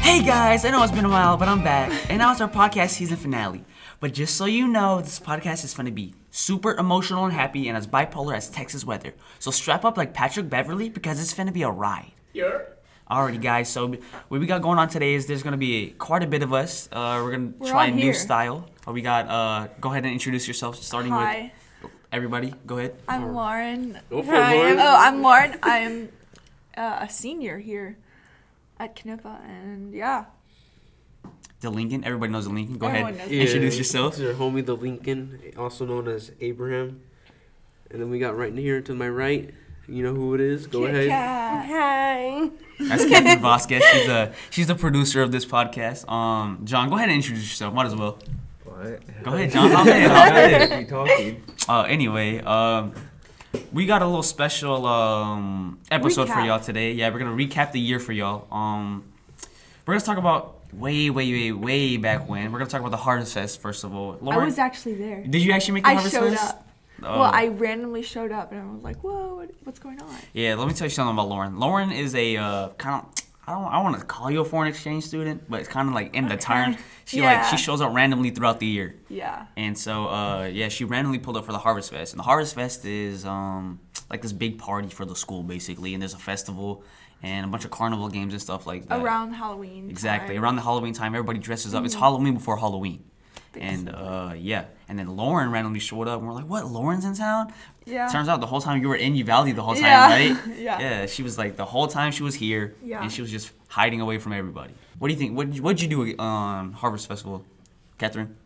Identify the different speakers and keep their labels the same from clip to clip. Speaker 1: Hey guys, I know it's been a while, but I'm back. And now it's our podcast season finale. But just so you know, this podcast is going to be super emotional and happy and as bipolar as Texas weather. So strap up like Patrick Beverly because it's going to be a ride. Alrighty, guys. So what we got going on today is there's going to be quite a bit of us. Uh, we're going to
Speaker 2: We're
Speaker 1: try a
Speaker 2: all
Speaker 1: new
Speaker 2: here.
Speaker 1: style. Uh, We got, uh, go ahead and introduce yourself, starting
Speaker 2: Hi,
Speaker 1: with everybody. Go ahead.
Speaker 2: I'm Lauren.
Speaker 3: Go for
Speaker 4: Hi,
Speaker 3: it, Lauren.
Speaker 4: I'm-
Speaker 2: Oh, I'm Lauren. I'm uh, a senior here at Canepa, and yeah,
Speaker 1: The Lincoln. Everybody knows the Lincoln. Go
Speaker 2: Everyone
Speaker 1: ahead.
Speaker 2: knows
Speaker 1: Introduce
Speaker 3: Yeah,
Speaker 1: yourself.
Speaker 3: This is our homie, the Lincoln, also known as Abraham. And then we got right in here to my right. You know who it is. Go ahead.
Speaker 2: Kat.
Speaker 4: Hi.
Speaker 1: That's Captain Vasquez. She's the she's the producer of this podcast. Um, John, go ahead and introduce yourself. Might as well.
Speaker 5: What?
Speaker 1: Go ahead, John. Hop in, hop in.
Speaker 5: Keep talking.
Speaker 1: Uh, anyway, um, we got a little special um, episode for
Speaker 2: Recap.
Speaker 1: y'all today. Yeah, we're gonna recap the year for y'all. Um, we're gonna talk about way, way, way, way back when. We're gonna talk about the Harvest Fest first of all.
Speaker 2: I
Speaker 1: Lauren,
Speaker 2: was actually there.
Speaker 1: did you actually make the
Speaker 2: I
Speaker 1: Harvest
Speaker 2: showed
Speaker 1: Fest?
Speaker 2: up.
Speaker 1: Oh.
Speaker 2: Well, I randomly showed up, and I was like, "Whoa, what, what's going on?"
Speaker 1: Yeah, let me tell you something about Lauren. Lauren is a uh, kind of I don't I want to call you a foreign exchange student, but it's kind of like in the term. She like she
Speaker 2: Yeah.
Speaker 1: shows up randomly throughout the year,
Speaker 2: Yeah,
Speaker 1: and so uh, yeah, she randomly pulled up for the Harvest Fest, and the Harvest Fest is um, like this big party for the school basically, and there's a festival and a bunch of carnival games and stuff like that.
Speaker 2: around Halloween.
Speaker 1: Exactly.
Speaker 2: time.
Speaker 1: Around the Halloween time, everybody dresses up.
Speaker 2: Mm-hmm.
Speaker 1: It's Halloween before Halloween. And uh, yeah, and then Lauren randomly showed up, and we're like, "What? Lauren's in town?"
Speaker 2: Yeah.
Speaker 1: Turns out the whole time you were in Uvalde the whole time,
Speaker 2: Yeah.
Speaker 1: right?
Speaker 2: Yeah.
Speaker 1: Yeah. She was like the whole time she was here,
Speaker 2: Yeah.
Speaker 1: and she was just hiding away from everybody. What do you think? What did you, what did you do on Harvest Festival, Catherine?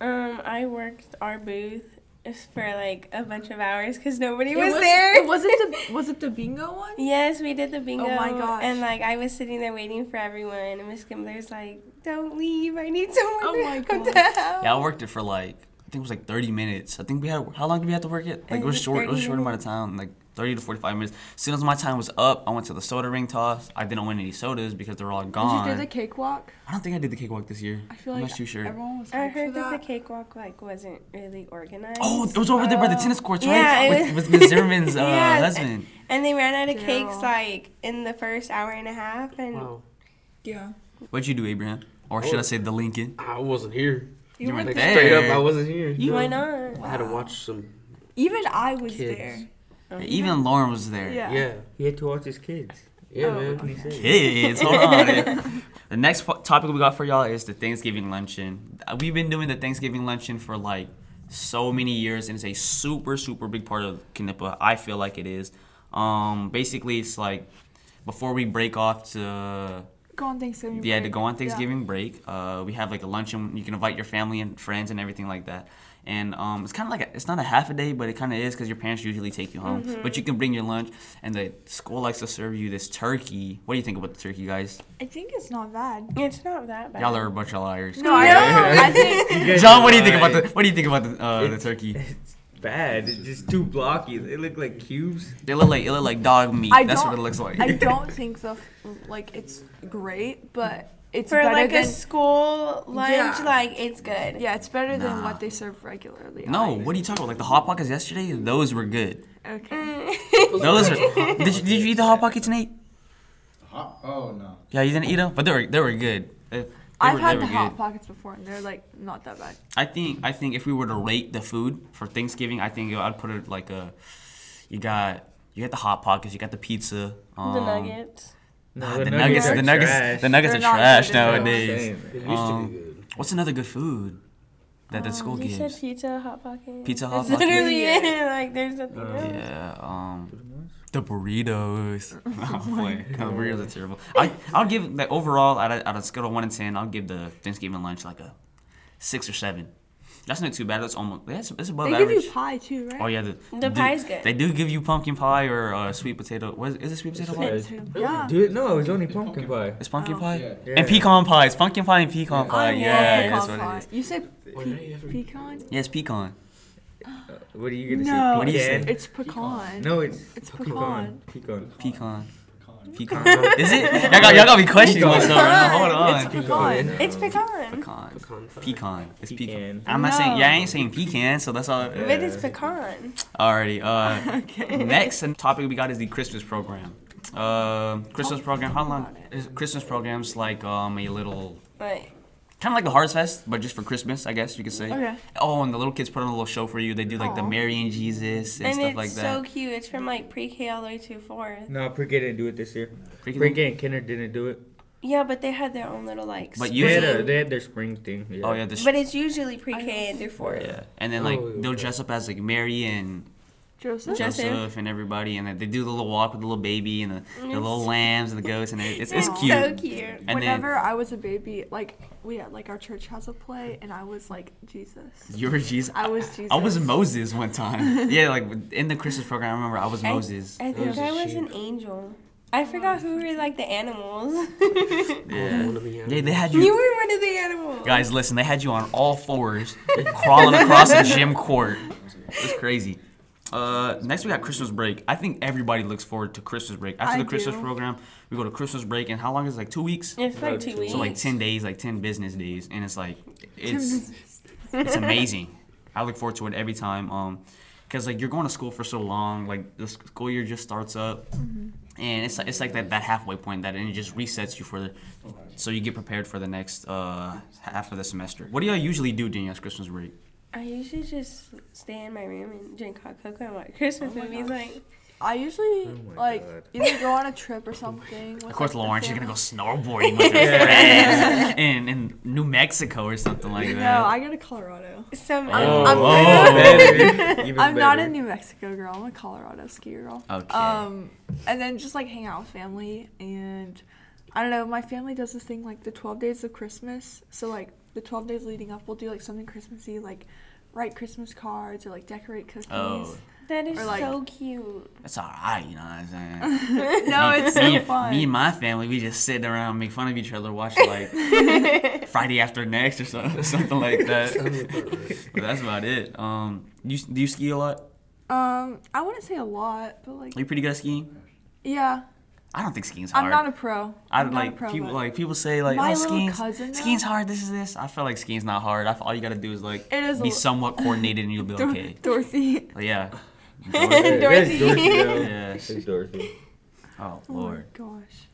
Speaker 4: Um, I worked our booth is for like a bunch of hours because nobody
Speaker 2: It
Speaker 4: was,
Speaker 2: was
Speaker 4: there.
Speaker 2: It was it the was it the bingo one?
Speaker 4: yes, we did the bingo.
Speaker 2: my gosh.
Speaker 4: And like I was sitting there waiting for everyone, and Miss Gimbler's like, "Don't leave. I need someone
Speaker 2: Oh
Speaker 4: to
Speaker 2: my
Speaker 4: come
Speaker 2: gosh.
Speaker 4: to help."
Speaker 2: Um,
Speaker 1: Yeah, I worked it for like I think it was like 30 minutes. I think we had how long did we have to work it? Like it was
Speaker 4: think
Speaker 1: short. It was a
Speaker 4: 30
Speaker 1: short amount of time, like 30 to 45 minutes. As soon as my time was up, I went to the soda ring toss. I didn't win any sodas because they were all
Speaker 2: Did
Speaker 1: gone.
Speaker 2: you do the cakewalk?
Speaker 1: I don't think I did the cakewalk this year.
Speaker 2: I feel
Speaker 1: am
Speaker 2: like
Speaker 1: not too sure.
Speaker 2: everyone was.
Speaker 4: I
Speaker 2: hyped for
Speaker 4: heard that the
Speaker 2: that.
Speaker 4: cakewalk like wasn't really organized.
Speaker 1: Oh, it was over there by the tennis courts, right?
Speaker 4: Yeah,
Speaker 1: with,
Speaker 4: it was-
Speaker 1: with Ms. Zimmerman's uh,
Speaker 4: Yeah, and-
Speaker 1: husband.
Speaker 4: And they ran out of cakes
Speaker 2: Daryl.
Speaker 4: like in the first hour and a half, and
Speaker 3: Wow.
Speaker 2: Yeah.
Speaker 1: What'd you do, Abraham? Or should I say the Lincoln?
Speaker 3: I wasn't here.
Speaker 2: You
Speaker 1: You
Speaker 2: were
Speaker 1: went
Speaker 2: there.
Speaker 1: there.
Speaker 3: Straight up, I wasn't here.
Speaker 1: You
Speaker 4: why
Speaker 1: went-
Speaker 4: not?
Speaker 3: I had to watch some.
Speaker 2: Even I was
Speaker 3: Kids.
Speaker 2: there.
Speaker 1: Even Lauren was there.
Speaker 2: Oh, Yeah.
Speaker 3: Yeah.
Speaker 5: He had to watch his kids.
Speaker 3: Yeah,
Speaker 2: Oh,
Speaker 3: man.
Speaker 5: What do you say?
Speaker 1: Kids, hold on. man. The next po- topic we got for y'all is the Thanksgiving luncheon. Uh, We've been doing the Thanksgiving luncheon for like so many years, and it's a super, super big part of Knippa. I feel like it is. Um, basically, it's like before we break off to
Speaker 2: Go on Thanksgiving.
Speaker 1: Yeah, to
Speaker 2: break.
Speaker 1: go on Thanksgiving break. Uh, we have like a luncheon. You can invite your family and friends and everything like that. And um, it's kind of like a, it's not a half a day, but it kind of is because your parents usually take you home. But
Speaker 2: Mm-hmm.
Speaker 1: you can bring your lunch, and the school likes to serve you this turkey. What do you think about the turkey, guys?
Speaker 2: I think it's not bad.
Speaker 4: It's not that bad.
Speaker 1: Y'all are a bunch of liars.
Speaker 2: No, I don't. I think
Speaker 1: John, what do you think about the what do you think about the, uh, the turkey?
Speaker 5: It's bad. It's just too blocky. It looked like cubes.
Speaker 1: They look like it look like dog meat.
Speaker 2: I
Speaker 1: That's what
Speaker 2: don't-
Speaker 1: it looks like.
Speaker 2: I don't think the f- like it's great, but it's
Speaker 4: for
Speaker 2: better
Speaker 4: like
Speaker 2: than
Speaker 4: a school lunch,
Speaker 2: Yeah.
Speaker 4: like it's good.
Speaker 2: yeah, it's better than
Speaker 1: Nah.
Speaker 2: what they serve regularly.
Speaker 1: no, what are you talking about? Like the hot pockets yesterday, those were good.
Speaker 2: Okay.
Speaker 1: Those are. Did you, did you eat the hot pockets, Nate?
Speaker 6: Huh? Oh no.
Speaker 1: Yeah, you didn't eat them, but they were they were good. They, they
Speaker 2: I've
Speaker 1: were, they
Speaker 2: had
Speaker 1: were
Speaker 2: the hot
Speaker 1: good.
Speaker 2: pockets before, and they're like not that bad.
Speaker 1: I think I think if we were to rate the food for Thanksgiving, I think I'd put it like a. You got you got the hot pockets, you got the pizza, um,
Speaker 4: The nuggets.
Speaker 5: No,
Speaker 1: the nuggets,
Speaker 5: are
Speaker 1: the nuggets,
Speaker 5: trash.
Speaker 1: the nuggets
Speaker 2: They're
Speaker 1: are
Speaker 2: not
Speaker 1: trash
Speaker 2: good at all.
Speaker 1: nowadays.
Speaker 5: Same.
Speaker 3: It used to
Speaker 1: Um,
Speaker 3: be good.
Speaker 1: What's another good food that
Speaker 2: Um,
Speaker 1: the school
Speaker 4: You Um, said
Speaker 1: gives?
Speaker 4: pizza, hot pocket.
Speaker 1: Pizza, Hot
Speaker 4: That's
Speaker 1: Pocket.
Speaker 4: literally
Speaker 2: Yeah.
Speaker 4: it. Like there's nothing else.
Speaker 1: Yeah, um, the burritos.
Speaker 2: Oh
Speaker 1: I'm playing. the burritos are terrible. I I'll give like overall out of, out of scale of one and ten, I'll give the Thanksgiving lunch like a six or seven. That's not too bad. That's almost that's it's above
Speaker 2: they
Speaker 1: average.
Speaker 2: give you pie too, right?
Speaker 1: Oh yeah, the,
Speaker 4: The
Speaker 1: do-
Speaker 4: pie's good.
Speaker 1: They do give you pumpkin pie or uh, sweet potato. What is, is it sweet potato pie?
Speaker 5: It's-
Speaker 2: Too. Yeah.
Speaker 5: Dude, no, it was only pumpkin pie.
Speaker 1: It's pumpkin
Speaker 2: Oh.
Speaker 1: pie
Speaker 6: Yeah.
Speaker 5: Yeah.
Speaker 1: and pecan pie. It's pumpkin pie and pecan
Speaker 2: I
Speaker 1: pie.
Speaker 2: love
Speaker 1: Yeah,
Speaker 2: pecan
Speaker 1: that's what
Speaker 2: pie.
Speaker 1: it is.
Speaker 2: You said
Speaker 3: Why did I ever-
Speaker 2: pecan?
Speaker 1: Yes, pecan.
Speaker 5: What are you gonna
Speaker 2: No.
Speaker 5: say?
Speaker 1: What do you
Speaker 5: pecan?
Speaker 2: It's pecan.
Speaker 5: No, it's
Speaker 2: It's
Speaker 5: pecan. Pecan.
Speaker 1: Pecan.
Speaker 6: Pecan.
Speaker 1: Pecan. is it? Y'all got, y'all got me questioning
Speaker 5: Pecan.
Speaker 1: myself. Right now. Hold on.
Speaker 2: It's pecan.
Speaker 4: It's pecan.
Speaker 1: pecan.
Speaker 3: Pecan pie.
Speaker 1: Pecan. It's pecan.
Speaker 5: Pecan.
Speaker 1: I'm not saying. Yeah, I
Speaker 2: No.
Speaker 1: ain't saying pecan. So that's all.
Speaker 4: But it's pecan.
Speaker 1: Alrighty. Uh,
Speaker 2: Okay.
Speaker 1: next topic we got is the Christmas program. uh, Christmas program. How long?
Speaker 2: about it.
Speaker 1: Is Christmas programs like um a little
Speaker 4: But
Speaker 1: kind of like the Harvest Fest, but just for Christmas, I guess you could say.
Speaker 4: Okay.
Speaker 1: Oh, and the little kids put on a little show for you. They do like the
Speaker 2: Aw.
Speaker 1: Mary and Jesus and,
Speaker 4: and,
Speaker 1: stuff
Speaker 4: it's
Speaker 1: like
Speaker 4: so
Speaker 1: that.
Speaker 4: cute. It's from like pre-K all the way to fourth.
Speaker 5: No, Pre-K didn't do it this year.
Speaker 1: Freaking-
Speaker 5: Pre-K and Kinder didn't do it.
Speaker 4: Yeah, but they had their own little like.
Speaker 1: But you
Speaker 5: They had,
Speaker 1: did.
Speaker 5: a,
Speaker 4: spring-
Speaker 5: they had their spring thing. Yeah.
Speaker 1: Oh yeah, the sh-
Speaker 4: But it's usually pre-K and through fourth.
Speaker 1: yeah, and then like
Speaker 3: Oh,
Speaker 1: they'll
Speaker 3: okay.
Speaker 1: dress up as like Mary and
Speaker 2: Joseph?
Speaker 4: Joseph.
Speaker 1: Joseph, and everybody, and then they do the little walk with the little baby and the, the
Speaker 4: It's-
Speaker 1: little lambs and the goats, and everything. it's, it's
Speaker 4: It's
Speaker 1: cute.
Speaker 4: so cute.
Speaker 1: And then
Speaker 2: Whenever I was a baby, like we had like our church has a play, and I was like Jesus.
Speaker 1: you were Jesus.
Speaker 2: I was
Speaker 1: I was
Speaker 2: Jesus.
Speaker 1: Moses one time. yeah, like in the Christmas program, I remember I was
Speaker 4: I-
Speaker 1: Moses.
Speaker 4: I think
Speaker 3: was a
Speaker 4: I was
Speaker 3: sheep.
Speaker 4: an angel. I forgot who were like the animals.
Speaker 1: yeah.
Speaker 3: Wanna be
Speaker 1: yeah, they had you.
Speaker 4: you were one of the animals.
Speaker 1: Guys, listen, they had you on all fours crawling across a gym court. It's crazy. Uh, next, we got Christmas break. I think everybody looks forward to Christmas break. After
Speaker 2: I
Speaker 1: the Christmas
Speaker 2: do.
Speaker 1: program, we go to Christmas break, and how long is it? Like two weeks?
Speaker 4: It's like two
Speaker 3: So,
Speaker 4: weeks.
Speaker 1: So, like 10 days, like 10 business days. And it's like, it's it's amazing. I look forward to it every time. Um, because like you're going to school for so long, like the sc- school year just starts up,
Speaker 2: Mm-hmm.
Speaker 1: and it's it's like that, that halfway point that and it just resets you for the, so you get prepared for the next uh half of the semester. What do y'all usually do during your Christmas break?
Speaker 4: I usually just stay in my room and drink hot cocoa and watch Christmas movies. Like,
Speaker 2: I usually
Speaker 5: Oh my
Speaker 2: like
Speaker 5: God.
Speaker 2: either go on a trip or something. With,
Speaker 1: Of course,
Speaker 2: like, the
Speaker 1: Lauren, she's gonna go
Speaker 2: family.
Speaker 1: snowboarding with her friends in in New Mexico or something like that.
Speaker 2: No, I go to Colorado.
Speaker 4: some
Speaker 1: Oh,
Speaker 2: I'm-
Speaker 1: oh,
Speaker 5: better. Even
Speaker 2: I'm not a
Speaker 5: better.
Speaker 2: New Mexico girl. I'm a Colorado ski girl.
Speaker 1: oh, Okay.
Speaker 2: Um, and then just like hang out with family and I don't know. My family does this thing like the 12 days of Christmas. So like the 12 days leading up, we'll do like something Christmassy, like write Christmas cards or like decorate cookies.
Speaker 1: Oh.
Speaker 4: that is
Speaker 2: Or, like-
Speaker 4: so cute.
Speaker 1: That's all right, you know what I'm saying?
Speaker 2: No,
Speaker 1: me,
Speaker 2: it's
Speaker 1: me,
Speaker 2: so fun.
Speaker 1: Me and my family, we just sit around, make fun of each other, watch like Friday After Next or something, something like that. But that's about it. Um, you do you ski a lot?
Speaker 2: um, I wouldn't say a lot, but like
Speaker 1: Are you pretty good at skiing?
Speaker 2: yeah,
Speaker 1: I don't think skiing's hard.
Speaker 2: I'm not a pro.
Speaker 1: I
Speaker 2: I'm
Speaker 1: don't
Speaker 2: not
Speaker 1: like
Speaker 2: a pro,
Speaker 1: people
Speaker 2: but
Speaker 1: like people say like
Speaker 2: My
Speaker 1: oh,
Speaker 2: little
Speaker 1: skiing's,
Speaker 2: cousin, though-
Speaker 1: skiing's hard. This is this. I feel like skiing's not hard. I feel, all you gotta do is like
Speaker 2: It is a
Speaker 1: be
Speaker 2: li-
Speaker 1: somewhat coordinated and you'll be
Speaker 2: Dor-
Speaker 1: okay.
Speaker 2: Dorothy.
Speaker 1: But yeah.
Speaker 5: Yeah, that's
Speaker 4: Dorothy.
Speaker 5: Dorothy.
Speaker 1: Yeah.
Speaker 5: yeah. That's Dorothy.
Speaker 1: Oh
Speaker 2: Oh my
Speaker 1: lord.
Speaker 2: gosh.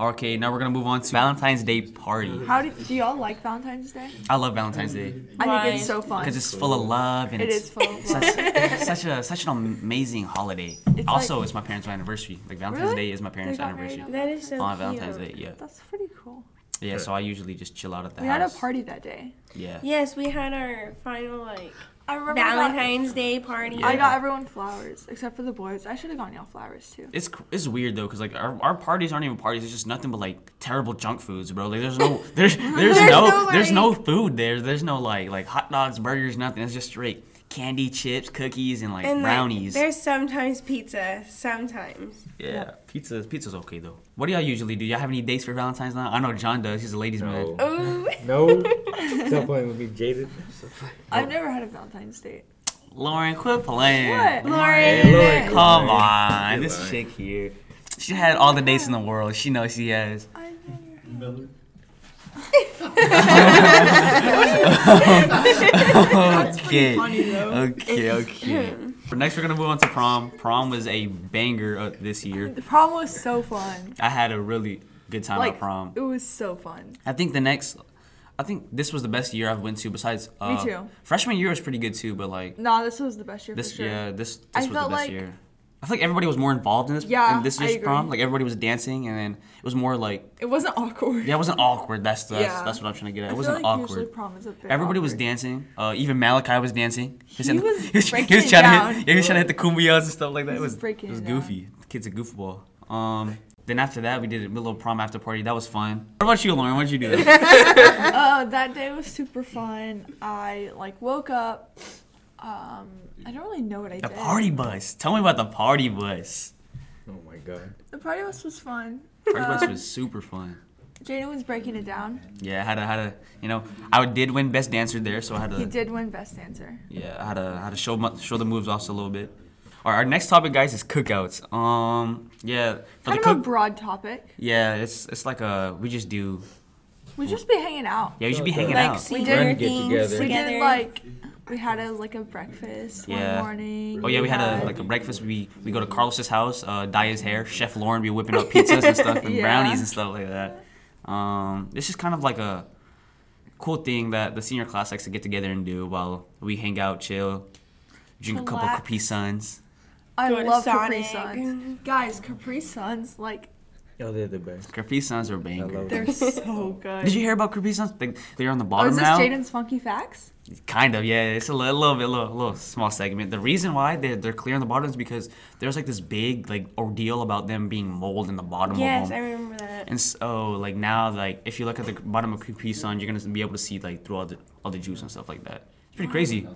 Speaker 1: Okay, now we're gonna move on to Valentine's Day party.
Speaker 2: How do, do y'all like Valentine's Day?
Speaker 1: I love Valentine's Day
Speaker 2: I think
Speaker 4: Why?
Speaker 2: it's so fun.
Speaker 1: because it's full of love and
Speaker 2: it
Speaker 1: it's
Speaker 2: is full of love.
Speaker 1: such, such a such an amazing holiday.
Speaker 2: It's
Speaker 1: also, it's my parents' anniversary. Like Valentine's
Speaker 2: Really?
Speaker 1: Day is my parents'
Speaker 2: got married
Speaker 1: anniversary.
Speaker 2: on-
Speaker 4: That is so
Speaker 1: On
Speaker 4: cute.
Speaker 1: Valentine's Day, yeah,
Speaker 2: That's pretty cool.
Speaker 1: yeah. So I usually just chill out at the
Speaker 2: we
Speaker 1: house.
Speaker 2: had a party that day.
Speaker 1: Yeah.
Speaker 4: Yes, we had our final like
Speaker 2: I remember I got-
Speaker 4: Valentine's Day party.
Speaker 1: Yeah.
Speaker 2: I got everyone flowers except for the boys. I should have gotten y'all flowers too.
Speaker 1: It's cr- it's weird though, cause like our, our parties aren't even parties. It's just nothing but like terrible junk foods, bro. Like there's no there's there's, no,
Speaker 4: no,
Speaker 1: there's
Speaker 4: like-
Speaker 1: no food there. There's no like like hot dogs, burgers, nothing. It's just straight candy, chips, cookies, and like
Speaker 4: And, like,
Speaker 1: brownies.
Speaker 4: there's sometimes pizza, sometimes.
Speaker 1: yeah, pizza pizza's okay though. What do y'all usually do? Y'all have any dates for Valentine's night? I know John does. He's a ladies' man.
Speaker 5: No.
Speaker 4: Oh,
Speaker 5: No. Stop playing with me, Jaden.
Speaker 1: Oh.
Speaker 2: I've never had a Valentine's date.
Speaker 1: Lauren, quit playing.
Speaker 2: What?
Speaker 5: Hey, Lauren,
Speaker 1: Come
Speaker 5: Lauren.
Speaker 1: on,
Speaker 5: You're
Speaker 1: this
Speaker 5: lying.
Speaker 1: chick here. She had all the dates in the world. She knows she has.
Speaker 2: I never.
Speaker 6: Miller.
Speaker 1: okay. Okay, okay. But Next, we're gonna move on to prom. Prom was a banger uh, this year.
Speaker 2: The prom was so fun.
Speaker 1: I had a really good time
Speaker 2: like
Speaker 1: at prom.
Speaker 2: It was so fun.
Speaker 1: I think the next, I think this was the best year I've went to. Besides, uh,
Speaker 2: too.
Speaker 1: Freshman year was pretty good too, but like
Speaker 2: Nah, this was the best year
Speaker 1: this,
Speaker 2: for sure.
Speaker 1: yeah, this this
Speaker 2: I
Speaker 1: was the best
Speaker 2: felt like-
Speaker 1: year. I feel like everybody was more involved in this
Speaker 2: Yeah,
Speaker 1: in this
Speaker 2: I
Speaker 1: year's
Speaker 2: agree.
Speaker 1: prom. Like everybody was dancing, and then it was more like
Speaker 2: It wasn't awkward.
Speaker 1: yeah, it wasn't awkward. That's that's,
Speaker 2: Yeah.
Speaker 1: that's what I'm trying to get at.
Speaker 2: I
Speaker 1: It
Speaker 2: feel
Speaker 1: wasn't
Speaker 2: like
Speaker 1: awkward.
Speaker 2: Usually prom is a bit
Speaker 1: Everybody was
Speaker 2: awkward.
Speaker 1: dancing. Uh, even Malachi was dancing. He
Speaker 2: He
Speaker 1: in the-
Speaker 2: was breaking it
Speaker 1: trying
Speaker 2: down.
Speaker 1: to hit. Yeah, he was trying to hit the cumbias and stuff like that.
Speaker 2: He
Speaker 1: It
Speaker 2: was
Speaker 1: was
Speaker 2: breaking
Speaker 1: It was
Speaker 2: it down.
Speaker 1: goofy. The kid's a goofball. Um. Then after that, we did a little prom after party. That was fun. What about you, Lauren? What did you do?
Speaker 2: Uh, that day was super fun. I like woke up. Um, I don't really know what I
Speaker 1: the
Speaker 2: did.
Speaker 1: party bus. Tell me about the party bus.
Speaker 5: Oh my god.
Speaker 2: The party bus was fun.
Speaker 1: Party bus
Speaker 2: Um,
Speaker 1: was super fun.
Speaker 2: Jaden was breaking it down.
Speaker 1: Yeah, I had a had a you know I did win best dancer there, so I had
Speaker 2: He
Speaker 1: to
Speaker 2: did win best dancer.
Speaker 1: yeah I had to had to show mu- show the moves off a little bit. All right, our next topic, guys, is cookouts. Um, yeah, for
Speaker 2: Kind
Speaker 1: the
Speaker 2: of a
Speaker 1: cook.
Speaker 2: broad topic.
Speaker 1: Yeah, it's it's like a we just do.
Speaker 2: We just be hanging out.
Speaker 1: Yeah, you should be
Speaker 5: Okay.
Speaker 1: hanging
Speaker 4: like
Speaker 1: out.
Speaker 4: senior
Speaker 5: did-
Speaker 4: things
Speaker 5: Get together.
Speaker 4: together.
Speaker 2: We did like We had a like a breakfast
Speaker 1: Yeah.
Speaker 2: one morning.
Speaker 1: Oh yeah, we had a like a breakfast. We we go to Carlos's house, uh, dye his hair. Chef Lauren be whipping up pizzas and stuff and
Speaker 2: Yeah.
Speaker 1: brownies and stuff like that. Um, this is kind of like a cool thing that the senior class likes to get together and do while we hang out, chill, drink a couple
Speaker 4: Chillax.
Speaker 1: Capri Suns.
Speaker 2: I
Speaker 4: Go to
Speaker 2: love Capri
Speaker 4: Sonic.
Speaker 2: Suns, guys. Capri Suns, like
Speaker 1: Oh,
Speaker 5: Yo, they're the best.
Speaker 1: Capri Suns are banger.
Speaker 5: love
Speaker 2: they're so good.
Speaker 1: Did you hear about Capri Suns? They, they're on the
Speaker 2: oh,
Speaker 1: bottom
Speaker 2: is this
Speaker 1: now.
Speaker 2: Jaden's funky facts?
Speaker 1: Kind of, yeah. It's a li- little, bit, little, little small segment. The reason why they're, they're clear on the bottom is because there's like this big like ordeal about them being mold in the bottom
Speaker 4: Yes,
Speaker 1: of
Speaker 4: I
Speaker 1: them.
Speaker 4: remember that.
Speaker 1: And so, like now, like if you look at the bottom of Capri Sun, you're gonna be able to see like through all the all the juice and stuff like that. It's pretty crazy.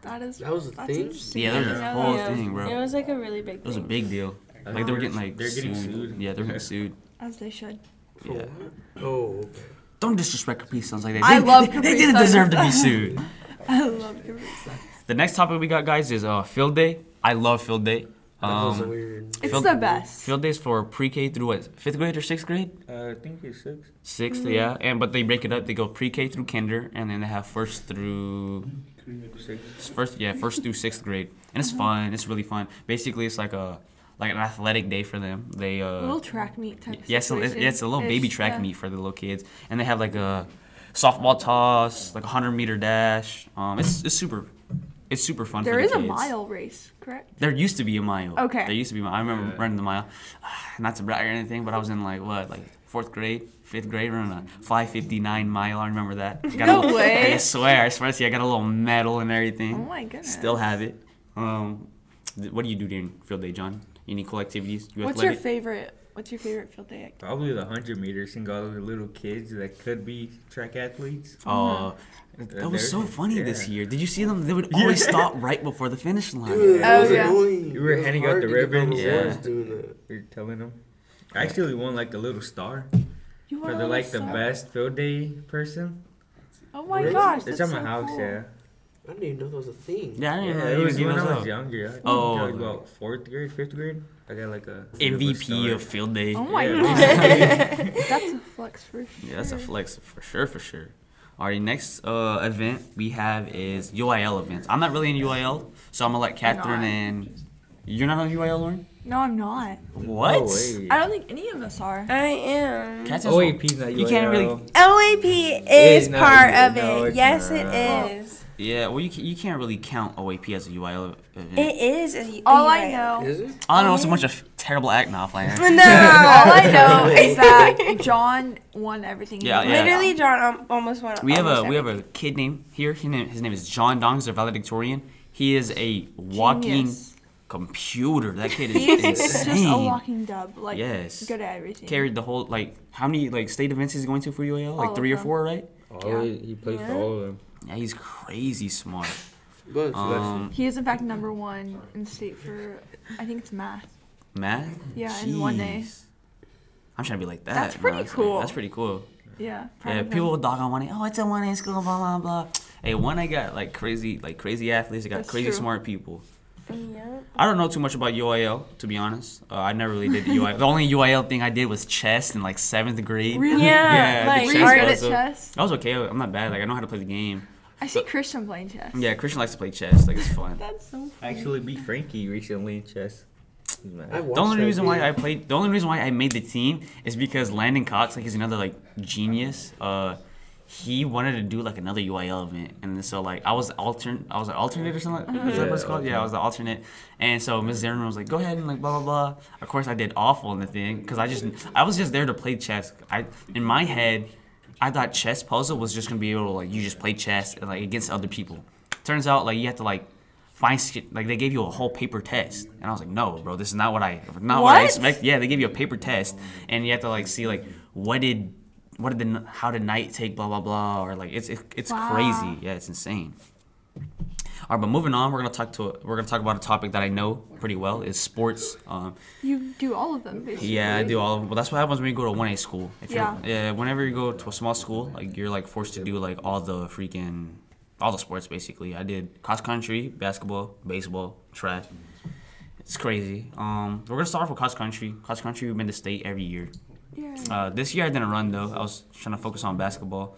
Speaker 2: That is.
Speaker 3: That was the
Speaker 2: that's
Speaker 3: thing?
Speaker 2: interesting.
Speaker 1: Yeah, there's a
Speaker 4: Yeah.
Speaker 1: whole
Speaker 4: Yeah.
Speaker 1: thing, bro.
Speaker 4: It was like a really big.
Speaker 1: It was a
Speaker 4: thing.
Speaker 1: big deal. Like they were getting like
Speaker 5: They're getting sued.
Speaker 1: Yeah, they're getting sued.
Speaker 2: As they should.
Speaker 1: Yeah.
Speaker 3: Oh, okay.
Speaker 1: Don't disrespect Capri Suns like that.
Speaker 2: I
Speaker 1: They-
Speaker 2: love
Speaker 1: they,
Speaker 2: Capri
Speaker 1: They didn't
Speaker 2: Suns.
Speaker 1: deserve to be sued.
Speaker 2: I love Capri Suns.
Speaker 1: the next topic we got, guys, is uh field day. I love field day.
Speaker 3: That was
Speaker 1: Um,
Speaker 3: weird.
Speaker 2: It's
Speaker 1: Field-
Speaker 2: the best.
Speaker 1: Field days for pre-K through what? Fifth grade or sixth grade?
Speaker 5: Uh, I think it's six.
Speaker 1: Sixth,
Speaker 2: Mm-hmm.
Speaker 1: yeah. And but they break it up. They go pre-K through kinder, and then they have first through
Speaker 5: Six.
Speaker 1: first, yeah, first through sixth grade. And
Speaker 2: Mm-hmm.
Speaker 1: it's fun. It's really fun. Basically, it's like a like an athletic day for them. They
Speaker 2: A
Speaker 1: uh,
Speaker 2: little track meet type. uh,
Speaker 1: yeah, it's a, it's- yeah, it's a little baby
Speaker 2: situation-ish,
Speaker 1: track
Speaker 2: yeah.
Speaker 1: meet for the little kids, and they have like a softball toss, like a hundred meter dash. Um, it's it's super, it's super fun. for
Speaker 2: There
Speaker 1: the
Speaker 2: is a
Speaker 1: kids.
Speaker 2: mile race, correct?
Speaker 1: There used to be a mile.
Speaker 2: Okay.
Speaker 1: There used to be. A mile. I remember
Speaker 5: Yeah.
Speaker 1: running the mile. Not to brag or anything, but I was in like what, like fourth grade, fifth grade, running a five fifty nine mile. I remember that. I got a
Speaker 2: No
Speaker 1: little-
Speaker 2: way.
Speaker 1: I swear, I swear to you, I got a little medal and everything.
Speaker 2: Oh my goodness.
Speaker 1: Still have it. Um, th- what do you do during field day, John? Any cool activities? You
Speaker 2: What's your favorite? What's your favorite field day? act-
Speaker 5: Probably the hundred meters and all the little kids that could be track athletes.
Speaker 1: Oh,
Speaker 2: uh-huh.
Speaker 1: that was so
Speaker 5: There-
Speaker 1: funny this
Speaker 5: yeah.
Speaker 1: year. Did you see them? They would always
Speaker 5: Yeah.
Speaker 1: stop right before the finish line.
Speaker 3: Dude,
Speaker 2: Oh,
Speaker 3: it was
Speaker 2: yeah.
Speaker 3: annoying.
Speaker 5: You were
Speaker 3: It was
Speaker 5: handing out
Speaker 3: hard
Speaker 5: the
Speaker 3: to get
Speaker 5: ribbons,
Speaker 3: people
Speaker 1: yeah.
Speaker 3: awards doing that.
Speaker 5: You're telling them. I actually won like a little star
Speaker 2: You
Speaker 5: for
Speaker 2: are
Speaker 5: the like the
Speaker 2: so-
Speaker 5: best field day person.
Speaker 2: Oh my
Speaker 3: Really?
Speaker 2: gosh,
Speaker 5: It's
Speaker 2: that's
Speaker 5: at
Speaker 2: so
Speaker 5: my house,
Speaker 2: cool.
Speaker 5: yeah.
Speaker 3: I didn't even know that was a thing.
Speaker 1: Yeah, I didn't know
Speaker 5: Yeah,
Speaker 1: they
Speaker 5: it
Speaker 1: even
Speaker 5: was
Speaker 1: gave
Speaker 5: when
Speaker 1: those
Speaker 5: I was
Speaker 1: out.
Speaker 5: younger. I think
Speaker 1: Oh.
Speaker 5: like about fourth grade, fifth grade. I got like a
Speaker 1: MVP of field day.
Speaker 2: Oh my
Speaker 5: Yeah.
Speaker 2: gosh, that's a flex for sure.
Speaker 1: Yeah, that's a flex for sure, for sure. All right, next uh, event we have is UIL events. I'm not really in UIL, so I'm gonna let Catherine
Speaker 2: not.
Speaker 1: and you're not on UIL, Lauren.
Speaker 2: No, I'm not.
Speaker 5: Oh,
Speaker 1: What? Oh,
Speaker 2: I don't think any of us are.
Speaker 4: I am.
Speaker 1: Cat's
Speaker 5: OAP's not
Speaker 1: You can't really-
Speaker 5: UIL.
Speaker 4: OAP
Speaker 5: is
Speaker 4: is
Speaker 5: not
Speaker 4: part
Speaker 5: really-
Speaker 4: of
Speaker 5: no,
Speaker 4: it.
Speaker 5: it's
Speaker 4: yes, it
Speaker 5: not.
Speaker 4: is.
Speaker 1: Yeah, well, you, ca- you can't really count OAP as a UIL event.
Speaker 4: It is. A,
Speaker 2: All
Speaker 4: a
Speaker 2: I
Speaker 4: UIL.
Speaker 2: know,
Speaker 3: Is it?
Speaker 1: I don't know, it's a bunch of terrible act now, like
Speaker 4: No.
Speaker 2: all I know is that John won everything.
Speaker 1: Yeah, yeah.
Speaker 4: Literally, John um, almost won.
Speaker 1: We have a
Speaker 4: almost
Speaker 1: we have a kid name here. His name, his name is John Dong. He's a valedictorian. He is a walking
Speaker 2: Genius.
Speaker 1: computer. That kid
Speaker 2: He
Speaker 1: is
Speaker 2: is just a
Speaker 1: insane.
Speaker 2: walking dub. Like,
Speaker 1: Yes.
Speaker 2: good at everything.
Speaker 1: Carried the whole like how many like state events he's going to for UIL? Like
Speaker 2: All of
Speaker 1: three or
Speaker 2: them.
Speaker 1: four, right?
Speaker 5: All of- He plays for all of them.
Speaker 1: Yeah, he's crazy smart.
Speaker 3: But
Speaker 1: Um,
Speaker 2: He is in fact number one in state for, I think it's math.
Speaker 1: Matt?
Speaker 2: Yeah, in one day.
Speaker 1: Jeez. I'm trying to be like that.
Speaker 2: That's
Speaker 1: bro.
Speaker 2: pretty cool.
Speaker 1: That's pretty cool.
Speaker 2: Yeah.
Speaker 1: Yeah,
Speaker 2: probably.
Speaker 1: people dog on one A. Oh, it's a one A school, blah blah blah. Hey, one A got like crazy, like crazy athletes. They got
Speaker 2: That's
Speaker 1: crazy
Speaker 2: true.
Speaker 1: smart people.
Speaker 4: Yeah.
Speaker 1: I don't know too much about UIL to be honest. Uh, I never really did the UIL. the only UIL thing I did was chess in like seventh grade.
Speaker 2: Really?
Speaker 4: Yeah,
Speaker 1: Yeah,
Speaker 4: like
Speaker 1: the
Speaker 2: Were
Speaker 1: chess
Speaker 2: you
Speaker 4: art-
Speaker 2: good at
Speaker 1: guys are-
Speaker 2: chess?
Speaker 1: I was okay. I'm not bad. Like I know how to play the game.
Speaker 2: I see Christian playing chess.
Speaker 1: Yeah, Christian likes to play chess. Like it's fun.
Speaker 2: That's so
Speaker 5: I actually beat Frankie recently in chess. Man.
Speaker 3: I watched
Speaker 1: The only
Speaker 3: that
Speaker 1: reason why
Speaker 3: video.
Speaker 1: I played, the only reason why I made the team is because Landon Cox, like he's another like genius. Uh, he wanted to do like another UIL event, and so like I was altern, I was an alternate or something. Is that what it's
Speaker 5: Yeah,
Speaker 1: called? Yeah, I was the alternate. And so Ms. Zimmerman was like, "Go ahead and like blah blah blah." Of course, I did awful in the thing because I just I was just there to play chess. I in my head, I thought chess puzzle was just gonna be able to like you just play chess and, like against other people. Turns out like you have to like find sk- like they gave you a whole paper test, and I was like, "No, bro, this is not what I not what, I
Speaker 2: What?
Speaker 1: expect." Yeah, they give you a paper test, and you have to like see like what did what did the n- how did night take blah blah blah or like it's it, it's
Speaker 2: Wow.
Speaker 1: crazy. Yeah, it's insane. All right, but moving on, we're gonna talk to we're gonna talk about a topic that I know pretty well is sports. Um,
Speaker 2: You do all of them basically.
Speaker 1: yeah, I do all of them. But that's what happens when you go to one A school. If
Speaker 2: Yeah.
Speaker 1: You're, yeah. Whenever you go to a small school, like you're like forced to do like all the freaking all the sports basically. I did cross country, basketball, baseball, track. It's crazy. Um, we're gonna start off with cross country. Cross country, we've been to state every year.
Speaker 2: Yeah.
Speaker 1: Uh, this year I didn't run though. I was trying to focus on basketball,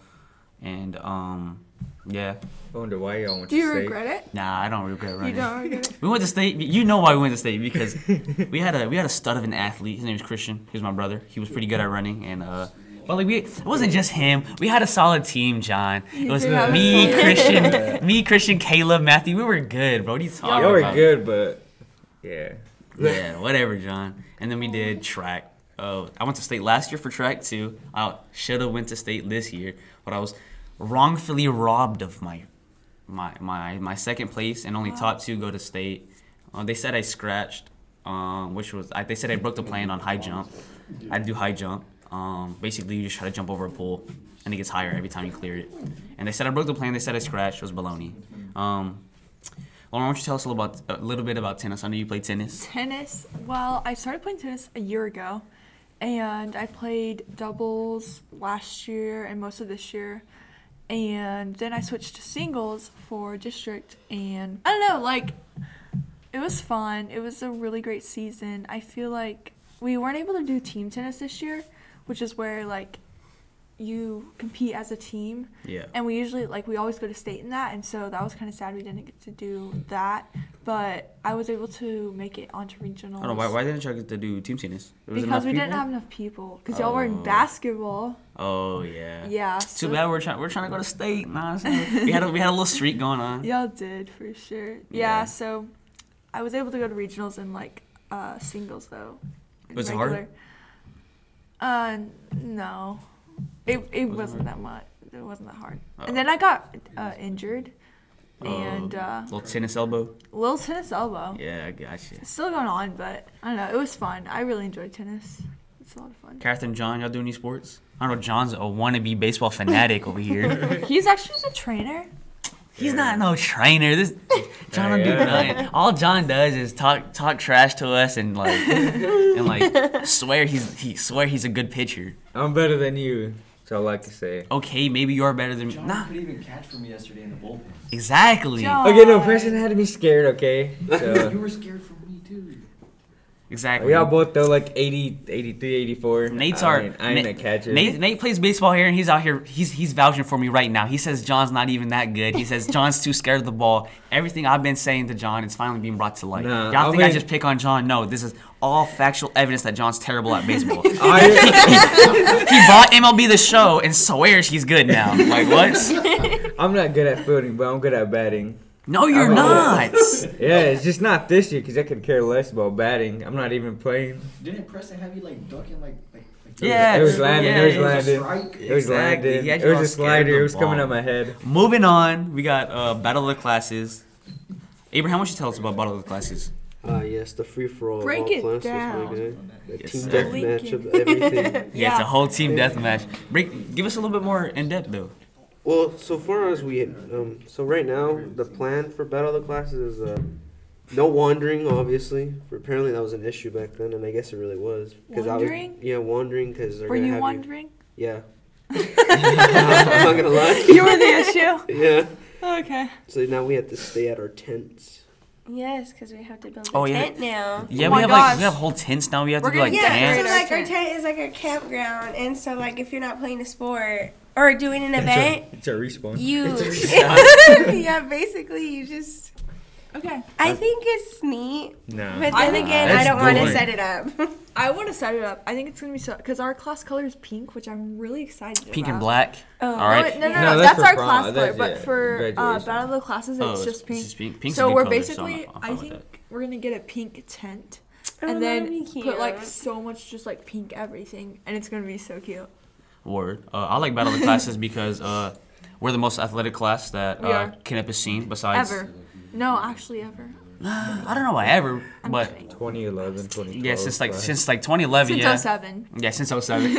Speaker 1: and um, Yeah.
Speaker 5: I wonder why y'all went
Speaker 2: Do
Speaker 5: to
Speaker 2: you
Speaker 5: state.
Speaker 2: regret
Speaker 1: Nah, I don't regret
Speaker 2: it? You
Speaker 1: running.
Speaker 2: don't regret it.
Speaker 1: We went to state. You know why we went to state because we had a we had a stud of an athlete. His name was Christian. He was my brother. He was pretty good at running and uh. But like we, it wasn't just him. We had a solid team, John. It
Speaker 2: You
Speaker 1: was
Speaker 2: did have a
Speaker 1: me,
Speaker 2: solid
Speaker 1: Christian, me, Christian, Caleb, Matthew. We were good, bro. What are you talking
Speaker 5: Y'all were
Speaker 1: about?
Speaker 5: good, but yeah.
Speaker 1: Yeah, whatever, John. And then we did track. Oh, I went to state last year for track too. I should have went to state this year, but I was wrongfully robbed of my my my my second place and only top two go to state. Uh, they said I scratched, um, which was I, they said I broke the plan on high jump. I do high jump. Um, basically, you just try to jump over a pool, and it gets higher every time you clear it. And they said I broke the plan. They said I scratched. It was baloney. Um, Lauren, why don't you tell us a little about a little bit about tennis? I know you play tennis.
Speaker 2: Tennis. Well, I started playing tennis a year ago, and I played doubles last year and most of this year. And then I switched to singles for district, and I don't know, like, it was fun. It was a really great season. I feel like we weren't able to do team tennis this year, which is where, like, you compete as a team
Speaker 1: Yeah.
Speaker 2: and we usually like we always go to state in that and so that was kind of sad we didn't get to do that but i was able to make it onto regionals
Speaker 1: I don't know Oh, why, why didn't y'all get to do team tennis? There wasn't
Speaker 2: because we
Speaker 1: enough
Speaker 2: didn't
Speaker 1: people?
Speaker 2: have enough people because y'all were in
Speaker 1: Oh.
Speaker 2: basketball
Speaker 1: Oh yeah.
Speaker 2: yeah
Speaker 1: Too
Speaker 2: so
Speaker 1: bad we're trying we're trying to go to state. Nah, it's not- we had a, we had a little streak going on.
Speaker 2: y'all did for sure yeah,
Speaker 1: Yeah.
Speaker 2: so i was able to go to regionals and like uh singles though in
Speaker 1: Was it hard?
Speaker 2: uh no it, it
Speaker 1: Was it
Speaker 2: wasn't
Speaker 1: hard?
Speaker 2: that much it wasn't that hard
Speaker 1: Oh.
Speaker 2: and then i got uh, injured and uh
Speaker 1: Little tennis elbow.
Speaker 2: little tennis elbow
Speaker 1: Yeah, I gotcha.
Speaker 2: It's still going on, but I don't know. It was fun. I really enjoyed tennis. It's a lot of fun.
Speaker 1: Catherine, John, y'all do any sports? I don't know. John's a wannabe baseball fanatic over here.
Speaker 2: He's actually the trainer.
Speaker 1: He's not no trainer. This John don't do
Speaker 5: Yeah.
Speaker 1: nothing. All John does is talk talk trash to us and like and like swear he's he swear he's a good pitcher.
Speaker 5: I'm better than you. That's all I can say.
Speaker 1: Okay, maybe you're better than me.
Speaker 6: John
Speaker 1: Nah,
Speaker 6: couldn't even catch for me yesterday in the bullpen.
Speaker 1: exactly.
Speaker 5: Okay, no, Preston had me scared, okay? So,
Speaker 6: you were scared for me too.
Speaker 1: Exactly.
Speaker 5: we all both throw like 80, 83, 84.
Speaker 1: Nate's
Speaker 5: I
Speaker 1: our
Speaker 5: ain't- I ain't
Speaker 1: Na-
Speaker 5: a catcher.
Speaker 1: Nate, Nate plays baseball here, and he's out here. He's he's vouching for me right now. He says John's not even that good. He says John's too scared of the ball. Everything I've been saying to John is finally being brought to light.
Speaker 5: Nah,
Speaker 1: Y'all
Speaker 5: I
Speaker 1: think I
Speaker 5: mean-
Speaker 1: just pick on John? No, this is all factual evidence that John's terrible at baseball. he
Speaker 5: I,
Speaker 1: bought MLB the Show and swears he's good now. Like what?
Speaker 5: I'm not good at fielding, but I'm good at batting.
Speaker 1: No, you're
Speaker 5: Oh.
Speaker 1: not.
Speaker 5: Yeah, it's just not this year because I could care less about batting. I'm not even playing.
Speaker 6: Didn't Preston have you like ducking like like? like
Speaker 1: Yeah,
Speaker 5: It was landing.
Speaker 1: yeah,
Speaker 5: it was
Speaker 1: it was a
Speaker 5: landing.
Speaker 6: strike.
Speaker 5: It was
Speaker 1: Exactly,
Speaker 5: landing.
Speaker 1: he had
Speaker 5: It
Speaker 1: you
Speaker 5: was
Speaker 1: all
Speaker 5: a
Speaker 1: scared
Speaker 5: slider.
Speaker 1: of
Speaker 5: It
Speaker 1: the
Speaker 5: was coming
Speaker 1: ball.
Speaker 5: on my head.
Speaker 1: Moving on, we got uh, Battle of the Classes. Abraham, why don't you tell us about Battle of the Classes?
Speaker 3: Ah, yes, the free for all.
Speaker 2: Break
Speaker 3: all
Speaker 2: it
Speaker 3: classes, my
Speaker 2: down.
Speaker 3: guy. The
Speaker 1: Yes,
Speaker 3: team
Speaker 1: sir.
Speaker 3: deathmatch of everything.
Speaker 1: Yeah, it's a whole team deathmatch. Break, give us a little bit more in depth
Speaker 2: Oh
Speaker 1: though.
Speaker 3: well, so far as we, um, so right now the plan for battle of the classes is uh, no wandering, obviously. Apparently that was an issue back then, and I guess it really was. 'cause I was-
Speaker 2: Wandering?
Speaker 3: yeah, wandering because they're
Speaker 2: Were
Speaker 3: gonna
Speaker 2: you
Speaker 3: have
Speaker 2: wondering?
Speaker 3: You, yeah. I'm not gonna lie.
Speaker 2: You, were the issue.
Speaker 3: Yeah.
Speaker 2: Okay.
Speaker 3: So now we have to stay at our tents.
Speaker 4: Yes, because we have to build a
Speaker 1: Oh, yeah.
Speaker 4: tent now.
Speaker 1: Yeah,
Speaker 2: Oh
Speaker 1: we
Speaker 2: my
Speaker 1: have like
Speaker 2: gosh.
Speaker 1: we have whole tents now. We have
Speaker 2: We're
Speaker 1: to do
Speaker 2: gonna
Speaker 1: like
Speaker 2: get
Speaker 4: Yeah,
Speaker 2: Tent.
Speaker 4: so
Speaker 1: dance.
Speaker 4: like our tent is like a campground, and so like if you're not playing a sport or doing an event,
Speaker 5: It's a respawn.
Speaker 4: you yeah, basically you just.
Speaker 2: Okay.
Speaker 4: I think it's neat,
Speaker 5: No.
Speaker 4: but
Speaker 2: I-
Speaker 4: then again, I
Speaker 1: That's
Speaker 4: don't want to
Speaker 1: boring.
Speaker 4: set it up.
Speaker 2: I want to set it up. I think it's gonna be so because our class color is pink, which I'm really excited
Speaker 1: Pink
Speaker 2: about.
Speaker 1: and black.
Speaker 4: Oh,
Speaker 1: All right.
Speaker 2: No, no, no,
Speaker 5: No, that's
Speaker 2: that's,
Speaker 5: for
Speaker 2: our
Speaker 5: prom,
Speaker 2: class color,
Speaker 5: that's-
Speaker 2: but
Speaker 5: yeah,
Speaker 2: for uh,
Speaker 5: graduation.
Speaker 2: battle of the classes,
Speaker 1: Oh,
Speaker 2: it's just pink.
Speaker 1: Just pink. Pink's a
Speaker 2: so
Speaker 1: good
Speaker 2: we're
Speaker 1: color, so I'm-
Speaker 2: basically,
Speaker 1: I'm
Speaker 2: I
Speaker 1: fine with
Speaker 2: think
Speaker 1: that.
Speaker 2: we're gonna get a pink tent,
Speaker 4: Oh,
Speaker 2: and
Speaker 4: that'd
Speaker 2: then
Speaker 4: be
Speaker 2: put like
Speaker 4: cute.
Speaker 2: so much just like pink everything, and it's gonna be so cute.
Speaker 1: Word. Uh, I like battle of the classes because uh, we're the most athletic class that
Speaker 2: We
Speaker 1: uh,
Speaker 2: are.
Speaker 1: Kinep has seen. Besides,
Speaker 2: ever. No, actually, ever.
Speaker 1: I don't know why ever,
Speaker 2: I'm
Speaker 1: but
Speaker 2: kidding.
Speaker 5: 2011, 2012.
Speaker 1: yeah, since like
Speaker 5: but-
Speaker 1: since like 2011.
Speaker 2: Since
Speaker 1: yeah.
Speaker 2: 07.
Speaker 1: Yeah, since 07.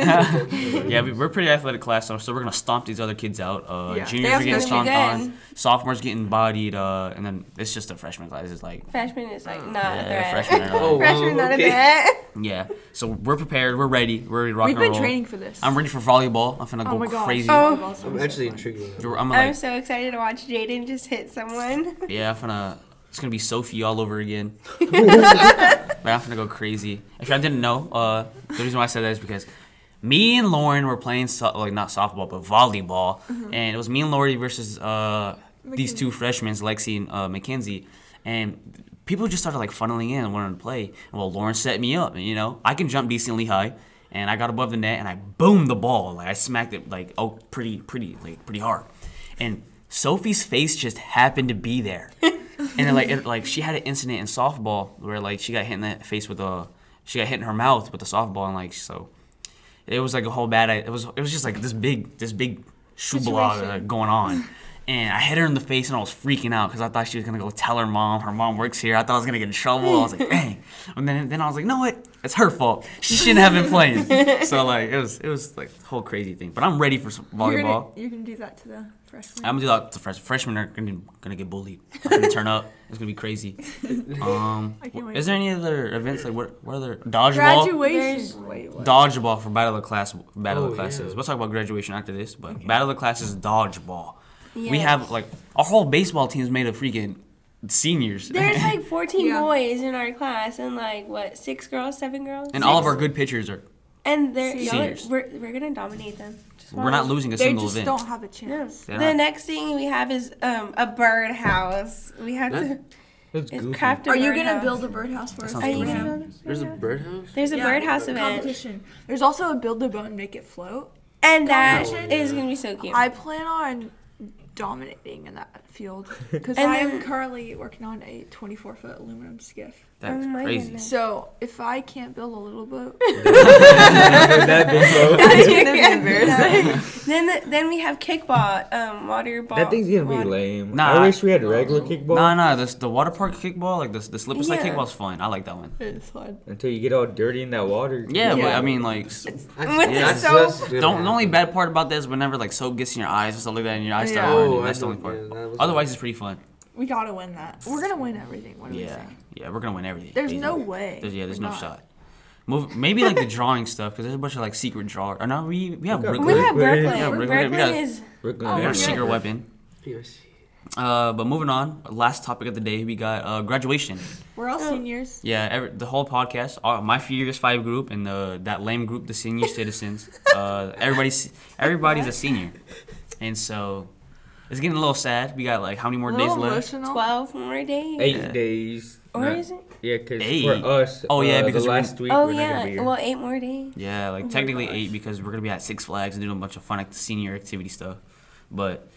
Speaker 1: yeah, we, we're pretty athletic class, so so we're gonna stomp these other kids out. Uh,
Speaker 2: Yeah.
Speaker 1: Juniors
Speaker 4: They
Speaker 1: are
Speaker 4: have
Speaker 1: getting
Speaker 4: to be
Speaker 1: stomped on,
Speaker 4: good.
Speaker 1: sophomores getting bodied, uh, and then it's just a freshman class. It's like eh,
Speaker 4: Freshman is like not a
Speaker 1: yeah,
Speaker 4: threat.
Speaker 1: freshmen are
Speaker 3: Oh,
Speaker 1: like-
Speaker 4: Freshman, not
Speaker 3: okay.
Speaker 4: a threat.
Speaker 1: yeah. So we're prepared. We're ready. We're ready to rock
Speaker 2: We've
Speaker 1: and
Speaker 2: been
Speaker 1: roll.
Speaker 2: training for this.
Speaker 1: I'm ready for volleyball. I'm finna
Speaker 2: Oh my
Speaker 1: go
Speaker 2: gosh.
Speaker 1: crazy.
Speaker 4: Oh.
Speaker 2: Volleyball's
Speaker 3: I'm
Speaker 2: so
Speaker 3: actually
Speaker 2: fun.
Speaker 3: intrigued. with that.
Speaker 1: Dude, I'm
Speaker 4: I'm
Speaker 1: like,
Speaker 4: so excited to watch Jaden just hit someone.
Speaker 1: yeah, I'm finna. It's gonna be Sophie all over again. Man, I'm finna go crazy. If y'all didn't know, uh, the reason why I said that is because me and Lauren were playing so- like not softball but volleyball, and it was me and Lori versus uh, these two freshmen, Lexi and uh, Mackenzie, and people just started like funneling in and wanting to play. Well, Lauren set me up, and you know I can jump decently high, and I got above the net and I boomed the ball. Like I smacked it like oh pretty pretty like pretty hard, and Sophie's face just happened to be there. and then, like it, like she had an incident in softball where like she got hit in the face with a she got hit in her mouth with a softball and like so it was like a whole bad it was it was just like this big this big shoe blog
Speaker 2: Situation.
Speaker 1: going on and I hit her in the face and I was freaking out because I thought she was gonna go tell her mom her mom works here I thought I was gonna get in trouble I was like dang and then then I was like no what it's her fault she shouldn't have been playing so like it was it was like a whole crazy thing but I'm ready for some volleyball.
Speaker 2: You're gonna, you're gonna do that to the freshmen.
Speaker 1: I'm gonna do that to fresh, freshmen are gonna, gonna get bullied. I'm gonna turn up. It's gonna be crazy. Um,
Speaker 2: I can't wait.
Speaker 1: is there any other events like what? What other dodgeball?
Speaker 4: There's-
Speaker 2: Graduation. Wait, what?
Speaker 1: Dodgeball for battle of class battle
Speaker 3: Oh,
Speaker 1: of classes.
Speaker 3: yeah.
Speaker 1: We'll talk about graduation after this, but battle of classes dodgeball. We
Speaker 4: Yeah.
Speaker 1: have like our whole baseball team's made of freaking seniors.
Speaker 4: There's like 14
Speaker 2: Yeah.
Speaker 4: boys in our class and like what six girls, seven girls,
Speaker 1: and all of
Speaker 4: Six.
Speaker 1: our good pitchers are.
Speaker 4: and they're y'all are,
Speaker 1: Seniors.
Speaker 4: we're we're gonna dominate them. Just
Speaker 1: We're not losing a
Speaker 2: They
Speaker 1: single
Speaker 2: just
Speaker 1: event.
Speaker 2: don't have a
Speaker 4: No.
Speaker 2: chance.
Speaker 1: They're
Speaker 4: The
Speaker 1: not-
Speaker 4: next thing we have is um, a birdhouse. We have to
Speaker 5: That's
Speaker 4: it's craft a
Speaker 2: Are you
Speaker 4: birdhouse.
Speaker 2: gonna build a birdhouse for us?
Speaker 1: sounds
Speaker 4: Are you
Speaker 1: Birdhouse?
Speaker 4: gonna build a
Speaker 3: There's a
Speaker 4: birdhouse?
Speaker 3: birdhouse.
Speaker 4: There's a
Speaker 2: Yeah.
Speaker 4: birdhouse event,
Speaker 2: competition? There's also a build a boat and make it float.
Speaker 4: and that
Speaker 3: Competition.
Speaker 4: is gonna be so cute.
Speaker 2: I plan on dominating in that field because
Speaker 4: And
Speaker 2: I am
Speaker 4: then-
Speaker 2: currently working on a 24 foot aluminum skiff.
Speaker 1: That's
Speaker 4: Oh my
Speaker 1: crazy.
Speaker 4: goodness.
Speaker 2: So if I can't build a little boat,
Speaker 5: that big, bro.
Speaker 2: it's gonna be embarrassing.
Speaker 4: then the, then we have kickball, um, water ball.
Speaker 5: That thing's gonna be
Speaker 4: water-
Speaker 5: lame.
Speaker 1: Nah.
Speaker 5: I wish we had regular kickball
Speaker 1: No, no, this the water park kickball, like this the slip and slide
Speaker 4: Yeah.
Speaker 1: kickball's fun. I like that one.
Speaker 2: It's fun.
Speaker 5: until you get all dirty in that water.
Speaker 1: Yeah, but
Speaker 2: Yeah.
Speaker 1: I mean like
Speaker 4: With the
Speaker 3: That's
Speaker 4: soap.
Speaker 3: just gonna
Speaker 1: The, on- the only
Speaker 3: happen.
Speaker 1: bad part about that is whenever like soap gets in your eyes and stuff like that, and your eyes start
Speaker 2: Yeah.
Speaker 1: burning.
Speaker 3: Oh, I
Speaker 1: That's the only
Speaker 3: know,
Speaker 1: part.
Speaker 3: yeah, that was-
Speaker 1: Otherwise, it's pretty fun.
Speaker 2: We gotta win that. We're gonna win everything. What do we
Speaker 1: Yeah,
Speaker 2: saying?
Speaker 1: yeah, we're gonna win everything.
Speaker 2: There's
Speaker 1: basically.
Speaker 2: no way.
Speaker 1: There's, yeah, there's
Speaker 2: we're
Speaker 1: no
Speaker 2: not.
Speaker 1: shot. Move, maybe like the drawing stuff because there's a bunch of like secret draw. Or no, we we have
Speaker 5: We got
Speaker 1: Brooklyn.
Speaker 4: We have
Speaker 5: Brooklyn.
Speaker 4: Brooklyn.
Speaker 1: Yeah, Brooklyn.
Speaker 4: Brooklyn,
Speaker 1: We got-
Speaker 4: is
Speaker 5: We're gonna
Speaker 2: Oh,
Speaker 1: we have
Speaker 5: have
Speaker 1: our
Speaker 2: yeah.
Speaker 1: secret weapon.
Speaker 3: PRC.
Speaker 1: Uh, but moving on, last topic of the day, we got uh, graduation.
Speaker 2: We're
Speaker 4: Oh.
Speaker 2: all seniors.
Speaker 1: Yeah, every, the whole podcast, uh, my few years five group and the that lame group, the senior citizens. Uh, everybody's everybody's a senior, and so it's getting a little sad. We got like how many more
Speaker 2: A
Speaker 1: days
Speaker 2: little
Speaker 1: left?
Speaker 2: emotional.
Speaker 4: twelve more days.
Speaker 5: eight
Speaker 1: Yeah.
Speaker 5: days.
Speaker 4: Or
Speaker 1: No.
Speaker 4: is it?
Speaker 5: Yeah, cause
Speaker 1: Eight?
Speaker 5: for us,
Speaker 1: Oh, yeah,
Speaker 5: uh,
Speaker 1: because
Speaker 5: the
Speaker 1: we're-
Speaker 5: last week
Speaker 4: Oh
Speaker 5: we're not gonna be
Speaker 4: yeah.
Speaker 5: here.
Speaker 4: Well, eight more days.
Speaker 1: Yeah, like
Speaker 2: Oh my
Speaker 1: technically
Speaker 2: gosh.
Speaker 1: eight because we're gonna be at Six Flags and doing a bunch of fun like senior activity stuff, but.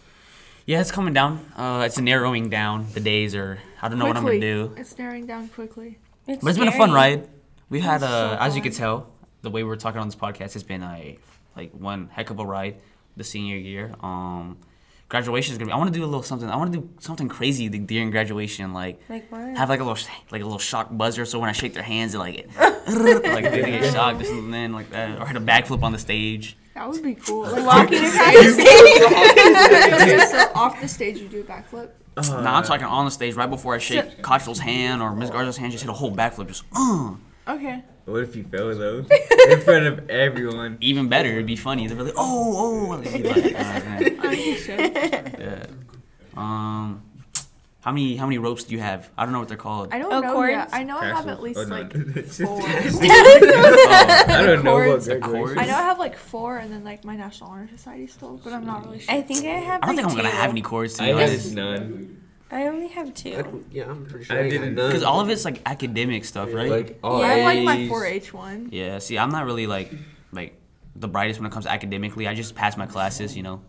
Speaker 1: Yeah, it's coming down. Uh, it's narrowing down the days, or I don't know what I'm gonna
Speaker 2: Quickly.
Speaker 1: do.
Speaker 2: It's narrowing down quickly.
Speaker 1: But it's been a fun
Speaker 4: scary.
Speaker 1: ride. We've had,
Speaker 2: It's
Speaker 1: uh,
Speaker 2: so
Speaker 1: as you
Speaker 2: fun.
Speaker 1: can tell, the way we're talking on this podcast has been a like one heck of a ride. The senior year, um, graduation is gonna be. I want to do a little something. I want to do something crazy the- during graduation, like
Speaker 4: Like what?
Speaker 1: have like a little sh- like a little shock buzzer. So when I shake their hands, they like like they get shocked or something like that, or hit a backflip on the stage.
Speaker 2: That would be cool. Like
Speaker 4: Walking across the
Speaker 2: Okay, so off the stage you do a backflip.
Speaker 1: No, I'm talking on the stage right before I shake Kochfel's hand or Miss Garzo's hand. Just hit a whole backflip, just uh,
Speaker 2: Okay.
Speaker 5: What if you fell though in front of everyone?
Speaker 1: even better. It'd be funny. They'd be like, oh, oh. Like, like, uh, man.
Speaker 2: I think you should.
Speaker 1: Yeah. Um, how many how many ropes do you have? I don't know what they're called.
Speaker 2: I don't
Speaker 4: Oh,
Speaker 2: know yet.
Speaker 4: cords?
Speaker 2: I know I have at least
Speaker 5: Tassels. Oh, no.
Speaker 2: like four.
Speaker 1: Oh,
Speaker 5: I don't know what
Speaker 2: cords.
Speaker 1: The cords.
Speaker 5: graduation.
Speaker 2: I know I have like four, and then like my National Honor Society stole, but I'm not really sure.
Speaker 4: I think I have.
Speaker 1: I don't think I'm
Speaker 4: like
Speaker 1: gonna
Speaker 4: two.
Speaker 1: have any cords to
Speaker 5: I
Speaker 1: be
Speaker 5: have
Speaker 1: honest.
Speaker 5: none.
Speaker 4: I only have
Speaker 3: I
Speaker 4: two.
Speaker 3: don't- Yeah, I'm pretty
Speaker 5: I
Speaker 3: sure. ain't got
Speaker 5: didn't-
Speaker 3: none.
Speaker 1: Because all of it's like academic stuff, right?
Speaker 5: Like all
Speaker 2: Yeah, I like my
Speaker 5: A's.
Speaker 2: 4-H one.
Speaker 1: yeah. See, I'm not really like like the brightest when it comes to academically. I just pass my classes, you know.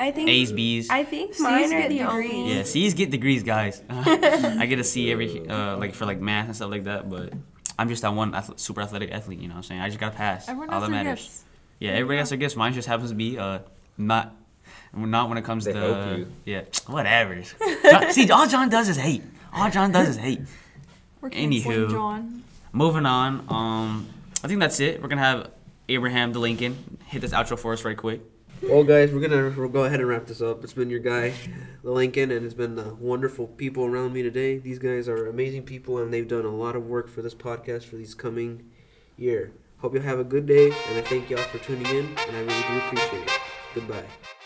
Speaker 4: I think.
Speaker 1: A's, B's.
Speaker 4: I think
Speaker 2: C's
Speaker 4: mine are
Speaker 2: get
Speaker 4: the
Speaker 2: the
Speaker 4: only.
Speaker 1: yeah, C's get degrees, guys. I get a C every uh, like for like math and stuff like that, but. I'm just that one ath- super athletic athlete, you know what I'm saying? I just gotta pass.
Speaker 2: Everyone
Speaker 1: All
Speaker 2: else
Speaker 1: that matters.
Speaker 2: gets.
Speaker 1: Yeah, everybody else, I guess. Mine just happens to be uh, not, not when it comes
Speaker 5: They
Speaker 1: to
Speaker 5: help you.
Speaker 1: yeah, whatever. John- See, all John does is hate. All John does is hate.
Speaker 2: We're canceling
Speaker 1: Anywho.
Speaker 2: John.
Speaker 1: Moving on. Um, I think that's it. We're gonna have Abraham the Lincoln hit this outro for us right quick.
Speaker 3: Well, guys, we're gonna we'll go ahead and wrap this up. It's been your guy, the Lincoln, and it's been the wonderful people around me today. These guys are amazing people, and they've done a lot of work for this podcast for this coming year. Hope you have a good day, and I thank y'all for tuning in, and I really do appreciate it. Goodbye.